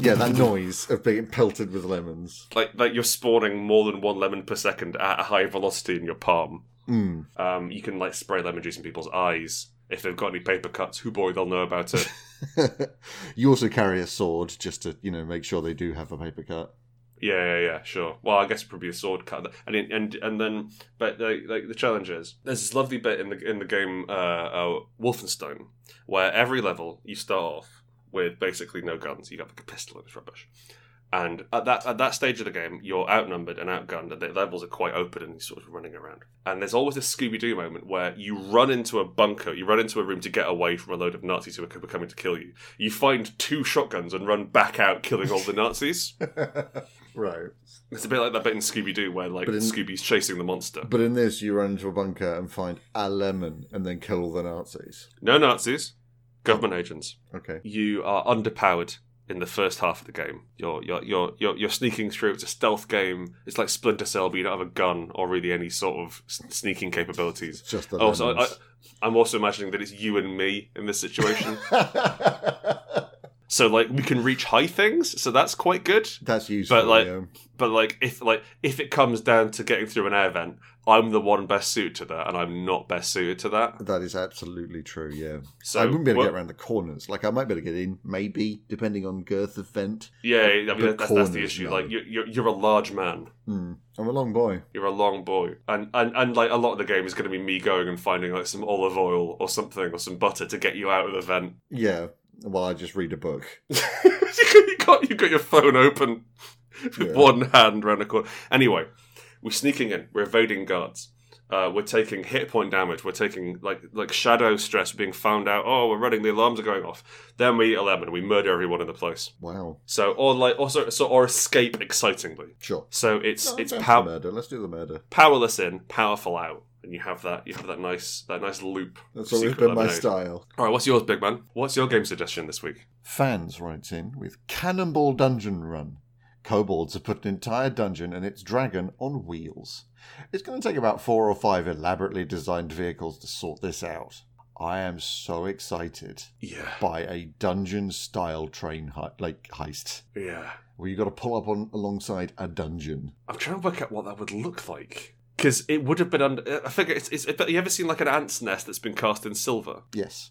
B: Yeah, that noise of being pelted with lemons.
A: like like you're spawning more than one lemon per second at a high velocity in your palm
B: Mm.
A: um, you can like spray lemon juice in people's eyes if they've got any paper cuts who boy they'll know about it
B: you also carry a sword just to, you know, make sure they do have a paper cut.
A: Yeah, yeah, yeah, sure. Well, I guess it'd probably be a sword cut, and it- and and then, but like, like the challenge is there's this lovely bit in the in the game uh, uh, Wolfenstein where every level you start off with basically no guns. You got like a pistol, and it's rubbish. And at that at that stage of the game, you're outnumbered and outgunned, and the levels are quite open, and you're sort of running around. And there's always this Scooby Doo moment where you run into a bunker, you run into a room to get away from a load of Nazis who are coming to kill you. You find two shotguns and run back out, killing all the Nazis.
B: right.
A: It's a bit like that bit in Scooby Doo where like
B: But in-
A: Scooby's chasing the monster.
B: But in this, you run into a bunker and find a lemon and then kill all the Nazis.
A: No Nazis, government agents.
B: Okay.
A: You are underpowered in the first half of the game. You're you're you're you're, you're sneaking through. It's a stealth game. It's like Splinter Cell, but you don't have a gun or really any sort of s- sneaking capabilities.
B: It's just the
A: Oh,
B: lemons.
A: so I, I, I'm also imagining that it's you and me in this situation. So like we can reach high things, so that's quite good.
B: That's useful.
A: But, like,
B: yeah.
A: But like if like if it comes down to getting through an air vent, I'm the one best suited to that, and I'm not best suited to that.
B: that is absolutely true. Yeah,
A: So
B: I wouldn't be able to
A: well,
B: get around the corners. Like I might be able to get in, maybe depending on girth of vent.
A: Yeah, I mean
B: the
A: that- that's, that's the
B: corners,
A: issue.
B: no.
A: Like you're, you're you're a large man.
B: Hmm. I'm a long boy.
A: You're a long boy, and and and like a lot of the game is going to be me going and finding like some olive oil or something or some butter to get you out of the vent.
B: Yeah. Well, I just read a book.
A: you, got, you, got, you got your phone open with
B: Yeah.
A: one hand round the corner. Anyway, we're sneaking in. We're evading guards. Uh, we're taking hit point damage. We're taking like like shadow stress, being found out. Oh, we're running. The alarms are going off. Then we eat a lemon. We murder everyone in the place.
B: Wow.
A: So or like also so or escape excitingly.
B: Sure.
A: So it's it's
B: down for
A: pow-
B: murder. Let's do the murder.
A: powerless in, powerful out, and you have that you have that nice that nice loop.
B: That's always
A: Secret
B: been my
A: lemonade.
B: style.
A: All right, what's yours, big man? What's your game suggestion this week?
B: Fans writes in with Cannonball Dungeon Run. Kobolds have put an entire dungeon and its dragon on wheels. It's going to take about four or five elaborately designed vehicles to sort this out. I am so excited
A: Yeah,
B: by a dungeon style train hei- like heist
A: yeah.
B: where you got to pull up on alongside a dungeon.
A: I'm trying to work out what that would look like. Because it would have been under. I figure it's, it's. Have you ever seen like an ant's nest that's been cast in silver?
B: Yes.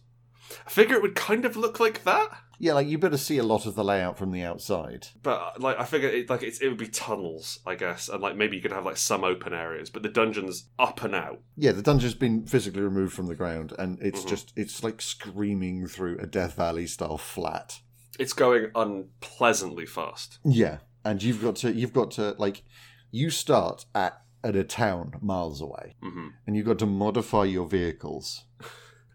A: I figure it would kind of look like that,
B: Yeah, like you better see a lot of the layout from the outside.
A: but like I figure it like it's, it would be tunnels, I guess, and like maybe you could have like some open areas, but the dungeon's up and out.
B: Yeah, the dungeon's been physically removed from the ground and it's
A: Mhm.
B: just it's like screaming through a Death Valley style flat.
A: It's going unpleasantly fast.
B: Yeah, and you've got to you've got to like you start at at a town miles away,
A: hmm
B: and you've got to modify your vehicles.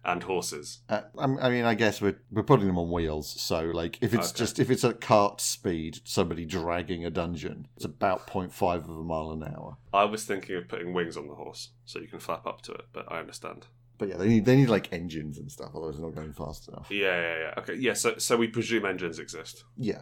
A: And horses.
B: Uh, I'm- I mean, I guess we're we're putting them on wheels, so like if it's
A: Okay.
B: just if it's at cart speed, somebody dragging a dungeon, it's about 0.5 of a mile an hour.
A: I was thinking of putting wings on the horse so you can flap up to it, but I understand.
B: But yeah, they need they need like engines and stuff, otherwise they're not going fast enough.
A: Yeah, yeah, yeah. Okay, yeah. So, so we presume engines exist.
B: Yeah,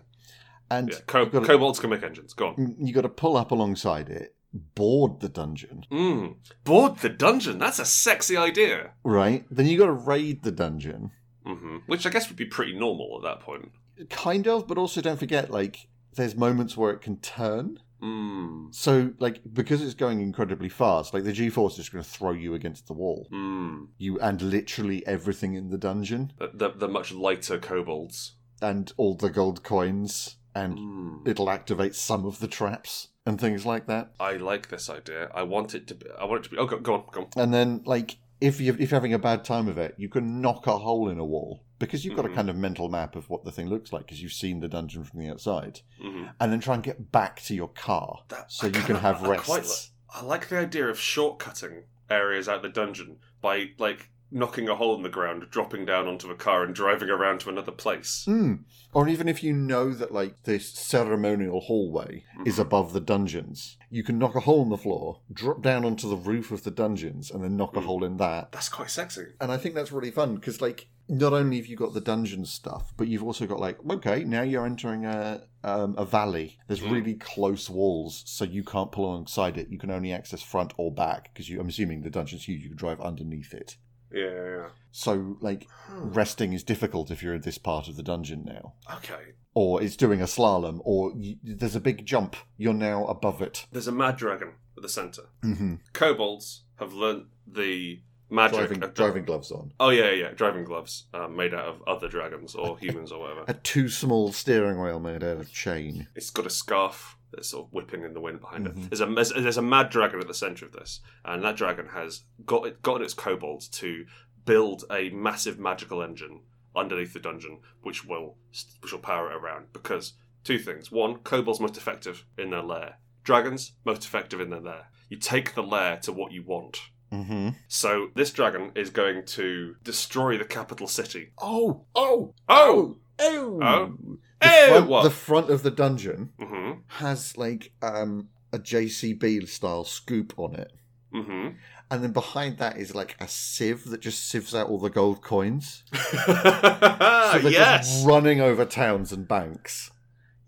B: and
A: Yeah. Co-
B: you've got Mm. to-
A: kobolds can make engines. Go on.
B: you got to pull up alongside it, board the dungeon,
A: Mm. Board the dungeon. That's a sexy idea.
B: right? Then you got to raid the dungeon.
A: hmm Which I guess would be pretty normal at that point.
B: kind of but also don't forget like there's moments where it can turn
A: Mm.
B: so like because it's going incredibly fast like the g-force is going to throw you against the wall
A: Mm.
B: you and literally everything in the dungeon
A: The, the, the much lighter kobolds.
B: and all the gold coins and
A: Mm.
B: it'll activate some of the traps and things like that
A: I like this idea. I want it to be. I want it to be. Oh, go, go on, go on.
B: and then like if you if you're having a bad time of it you can knock a hole in a wall because you've got
A: Mhm.
B: a kind of mental map of what the thing looks like because you've seen the dungeon from the outside
A: Mhm.
B: and then try and get back to your car
A: That-
B: so
A: I
B: you can
A: kinda-
B: have
A: I quite
B: rests
A: I like the idea of shortcutting areas out the dungeon by like knocking a hole in the ground, dropping down onto a car, and driving around to another place.
B: Mm. Or even if you know that, like, this ceremonial hallway
A: Hmm.
B: is above the dungeons, you can knock a hole in the floor, drop down onto the roof of the dungeons, and then knock a
A: Mm.
B: hole in that.
A: That's quite sexy.
B: And I think that's really fun because, like, not only have you got the dungeon stuff, but you've also got, like, okay, now you're entering a, um, a valley. There's
A: Mm.
B: really close walls, so you can't pull alongside it. You can only access front or back because I'm assuming the dungeon's huge, you can drive underneath it.
A: Yeah. yeah,
B: So, like,
A: yeah.
B: resting is difficult if you're in this part of the dungeon now
A: Okay.
B: or it's doing a slalom, or y there's a big jump. You're now above it.
A: There's a mad dragon at the centre.
B: Mm-hmm.
A: kobolds have learnt the magic
B: Driving,
A: of
B: driving gloves on.
A: Oh yeah, yeah, yeah, driving gloves um, made out of other dragons or humans or whatever.
B: A too small steering wheel made out of chain.
A: It's got a scarf that's sort of whipping in the wind behind
B: Mhm.
A: it. There's a there's, there's a mad dragon at the centre of this, and that dragon has got it, gotten its kobolds to build a massive magical engine underneath the dungeon, which will which will power it around. Because two things: one, kobolds most effective in their lair. Dragons most effective in their lair. You take the lair to what you want.
B: Mm-hmm.
A: So this dragon is going to destroy the capital city.
B: Oh, oh,
A: Oh!
B: oh,
A: Oh.
B: The,
A: Eh,
B: front,
A: what?
B: the front of the dungeon
A: Mhm.
B: has like um, a JCB style scoop on it,
A: Mhm.
B: and then behind that is like a sieve that just sieves out all the gold coins. So they're
A: Ah, yes.
B: just running over towns and banks.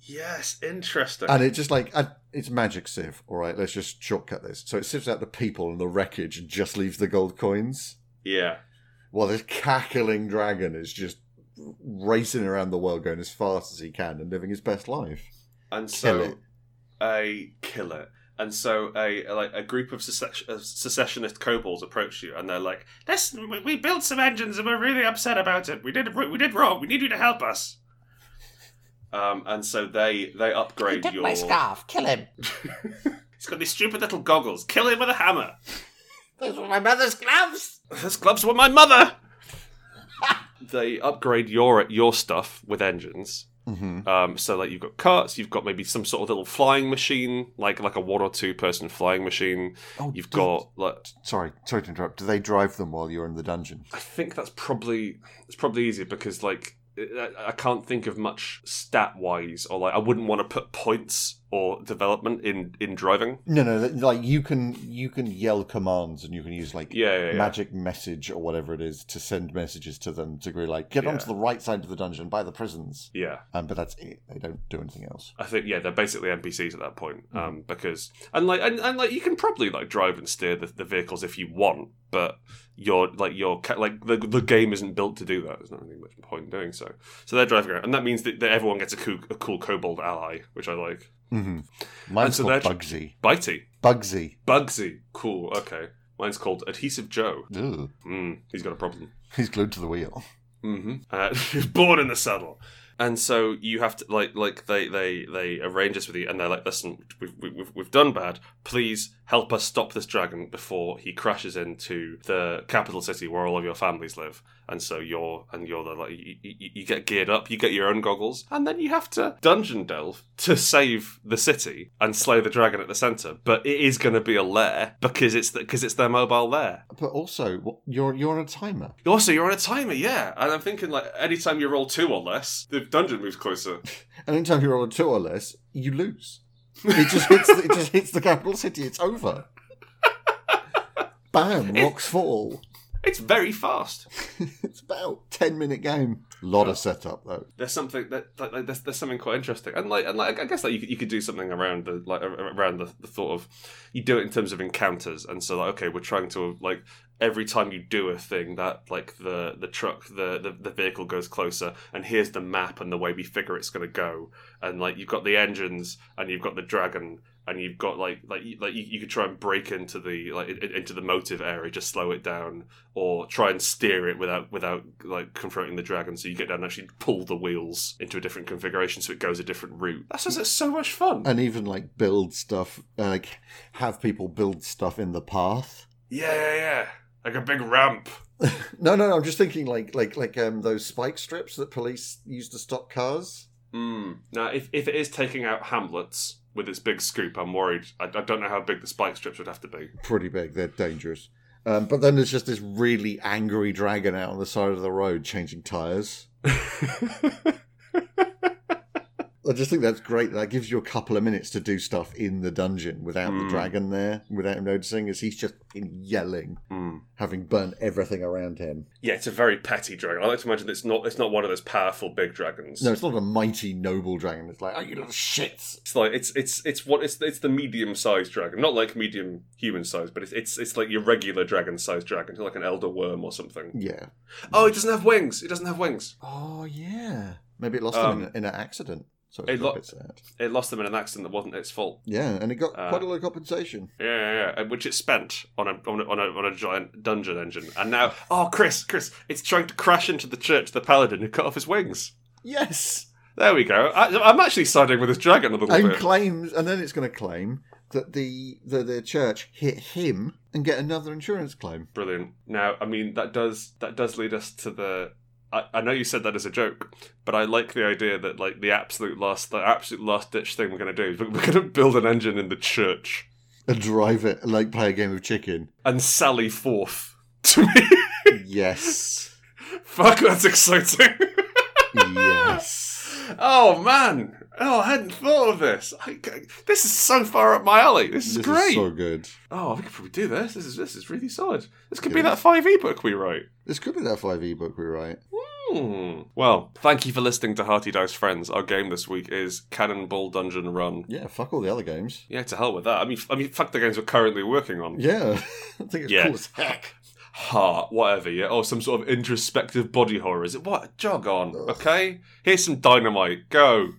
A: Yes. Interesting.
B: and it just like I, it's magic sieve. All right, let's just shortcut this. So it sieves out the people and the wreckage and just leaves the gold coins.
A: yeah.
B: While this cackling dragon is just racing around the world going as fast as he can and living his best life.
A: and
B: Kill
A: so
B: it.
A: a killer. And so a like a group of, secession, of secessionist kobolds approach you, and they're like, "Listen, we, we built some engines, and we're really upset about it. We did we did wrong. We need you to help us." Um, and so they they upgrade
D: He took
A: your.
D: my scarf. Kill him.
A: He's got these stupid little goggles. Kill him with a hammer.
D: Those were my mother's gloves.
A: Those gloves were my mother. they upgrade your your stuff with engines.
B: Mm-hmm.
A: Um, so like you've got carts, you've got maybe some sort of little flying machine, like like a one or two person flying machine.
B: Oh,
A: You've
B: do-
A: got like
B: Sorry, sorry to interrupt. Do they drive them while you're in the dungeon?
A: I think that's probably it's probably easier because like I, I can't think of much stat wise or like I wouldn't want to put points or development in in driving.
B: No, no. that- Like you can you can yell commands and you can use like
A: Yeah, yeah, yeah.
B: magic message or whatever it is to send messages to them to be like get onto
A: Yeah.
B: the right side of the dungeon by the prisons.
A: yeah.
B: Um, but that's it. They don't do anything else.
A: I think yeah, they're basically NPCs at that point. Um, because and like and, and like you can probably like drive and steer the, the vehicles if you want, but your like your ca- like the, the game isn't built to do that. There's not really much point in doing so. So they're driving around, and that means that, that everyone gets a cool, a cool kobold ally, which I like.
B: Mm-hmm. Mine's
A: so
B: called
A: they're-
B: Bugsy.
A: Bitey,
B: Bugsy.
A: Bugsy, cool, okay. Mine's called Adhesive Joe.
B: Ugh.
A: Mm, he's got a problem.
B: He's glued to the wheel.
A: Mm-hmm. Uh, he's born in the saddle, and so you have to like like they they they arrange this with you, and they're like, listen, we've we- we've we've done bad. Please help us stop this dragon before he crashes into the capital city where all of your families live. And so you're and you're the like you, you, you get geared up, you get your own goggles, and then you have to dungeon delve to save the city and slay the dragon at the center. But it is going to be a lair because it's because it's their mobile lair.
B: But also, what- you're you're on a timer.
A: Also, you're on a timer, yeah. And I'm thinking, like, anytime you roll two or less, the dungeon moves closer.
B: And anytime you're on a two or less, you lose. It just hits. the, it just hits the capital city. It's over. Bam! Rocks fall.
A: It's very fast.
B: It's about ten minute game. Lot of setup though.
A: There's something that like, like, there's, there's something quite interesting, and like and like I guess like you, could- you could do something around the like ar- around the, the thought of you do it in terms of encounters, and so like okay, we're trying to like every time you do a thing that like the the truck the the, the vehicle goes closer, and here's the map and the way we figure it's going to go, and like you've got the engines and you've got the dragon and you've got like like you- like you, you could try and break into the like in- into the motive area, just slow it down, or try and steer it without without like confronting the dragon. So you get down and actually pull the wheels into a different configuration, so it goes a different route. That's just it's so much fun.
B: and even like build stuff uh, like have people build stuff in the path
A: yeah, yeah, yeah, like a big ramp.
B: no no no i'm just thinking like like like um those spike strips that police use to stop cars
A: Mm. Now, if if it is taking out Hamlets with its big scoop, I'm worried. I, I don't know how big the spike strips would have to be.
B: pretty big they're dangerous um, but then there's just this really angry dragon out on the side of the road changing tires i just think that's great that gives you a couple of minutes to do stuff in the dungeon without
A: Mm.
B: the dragon there without him noticing as he's just fucking yelling
A: Mm.
B: having burnt everything around him
A: Yeah, it's a very petty dragon. I like to imagine it's not it's not one of those powerful big dragons.
B: no it's not a mighty noble dragon it's like oh you little shits
A: It's like it's it's it's what it's it's the medium sized dragon, not like medium human size, but it's it's it's like your regular dragon sized dragon, like an elder worm or something.
B: Yeah.
A: Oh, it doesn't have wings. It doesn't have wings.
B: Oh yeah. Maybe it lost
A: Um,
B: them in, in an accident. So
A: it
B: it's
A: lo-
B: a bit sad.
A: It lost them in an accident that wasn't its fault.
B: Yeah, and it got
A: Uh,
B: quite a lot of compensation.
A: Yeah, yeah, yeah. and which it spent on a, on a on a on a giant dungeon engine, and now oh, Chris, Chris, it's trying to crash into the church. of The paladin who cut off his wings.
B: Yes.
A: There we go. I, I'm actually siding with this dragon a little
B: And
A: bit.
B: claims and then it's gonna claim that the the, the church hit him and get another insurance claim.
A: Brilliant. Now, I mean, that does that does lead us to the. I, I know you said that as a joke, but I like the idea that like the absolute last, the absolute last ditch thing we're going to do is we're going to build an engine in the church
B: And drive it like play a game of chicken.
A: and sally forth to me.
B: yes.
A: Fuck, that's exciting.
B: Yes.
A: oh man. Oh, I hadn't thought of this. I, this is so far up my alley. This is
B: this
A: great.
B: is so good.
A: oh, we could probably do this. This is this is really solid. This could be
B: Yeah.
A: that five e book we write.
B: This could be that five E book we write.
A: Hmm. Well, thank you for listening to Hearty Dice Friends. Our game this week is Cannonball Dungeon Run.
B: Yeah, fuck all the other games.
A: Yeah, to hell with that. I mean, f- I mean, fuck the games we're currently working on.
B: Yeah. I think it's
A: Yeah.
B: cool as heck.
A: heart, whatever, yeah, or some sort of introspective body horror. Is it what? Jog on, okay? Here's some dynamite. Go.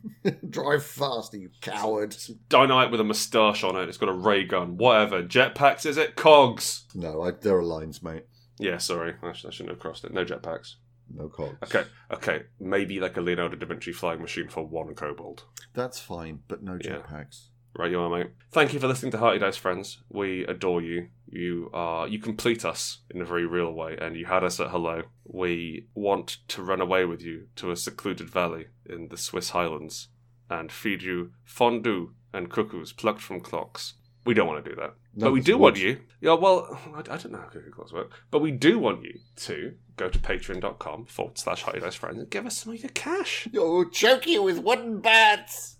B: Drive faster, you coward.
A: Dynamite with a moustache on it. It's got a ray gun, whatever. Jetpacks, is it? Cogs.
B: No, I, there are lines, mate.
A: Yeah, sorry. I, sh- I shouldn't have crossed it. No jetpacks.
B: No cogs.
A: Okay, okay. Maybe like a Leonardo da Vinci flying machine for one kobold.
B: That's fine, but no
A: Yeah.
B: jetpacks.
A: Right, you are, mate. Thank you for listening to Hearty Dice Friends. We adore you. You are you complete us in a very real way, and you had us at hello. We want to run away with you to a secluded valley in the Swiss Highlands and feed you fondue and cuckoos plucked from clocks. We don't want to do that,
B: No,
A: but we
B: that's
A: do want
B: what-
A: you. Yeah, well, I, I don't know how cuckoo clocks work, but we do want you to go to patreon.com forward slash Hearty Dice Friends and give us some of your cash.
B: You're
D: Choke you with wooden bats.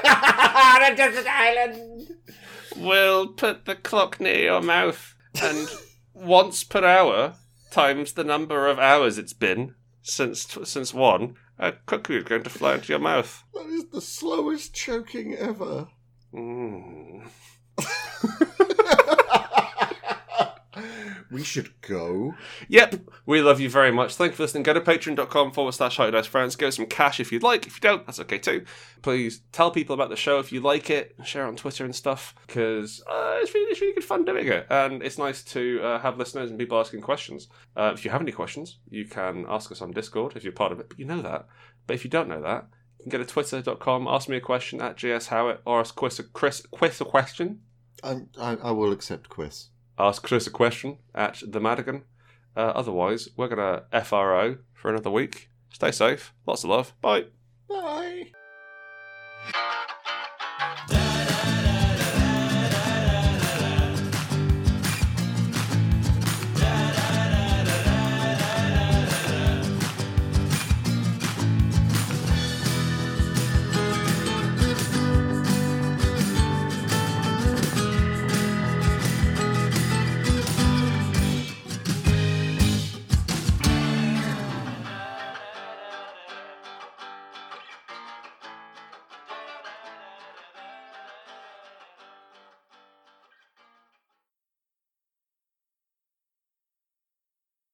D: On a desert island.
A: We'll put the clock near your mouth, and once per hour times the number of hours it's been since since one, a cuckoo is going to fly into your mouth.
B: That is the slowest choking ever.
A: Mm.
B: we should go.
A: Yep, we love you very much. Thank you for listening. Go to patreon.com forward slash High Dice Friends. Give us some cash if you'd like. If you don't, that's okay too. Please tell people about the show if you like it. Share it on Twitter and stuff because uh, it's, really, it's really good fun doing it. And it's nice to uh, have listeners and people asking questions. Uh, if you have any questions, you can ask us on Discord if you're part of it, but you know that. But if you don't know that, you can go to twitter.com, ask me a question at GS Howitt, or ask Chris a, Chris, Chris a question
B: I'm, I, I will accept quiz.
A: ask Chris a question at the Madigan. Uh, otherwise, we're going to FRO for another week. Stay safe. Lots of love. Bye.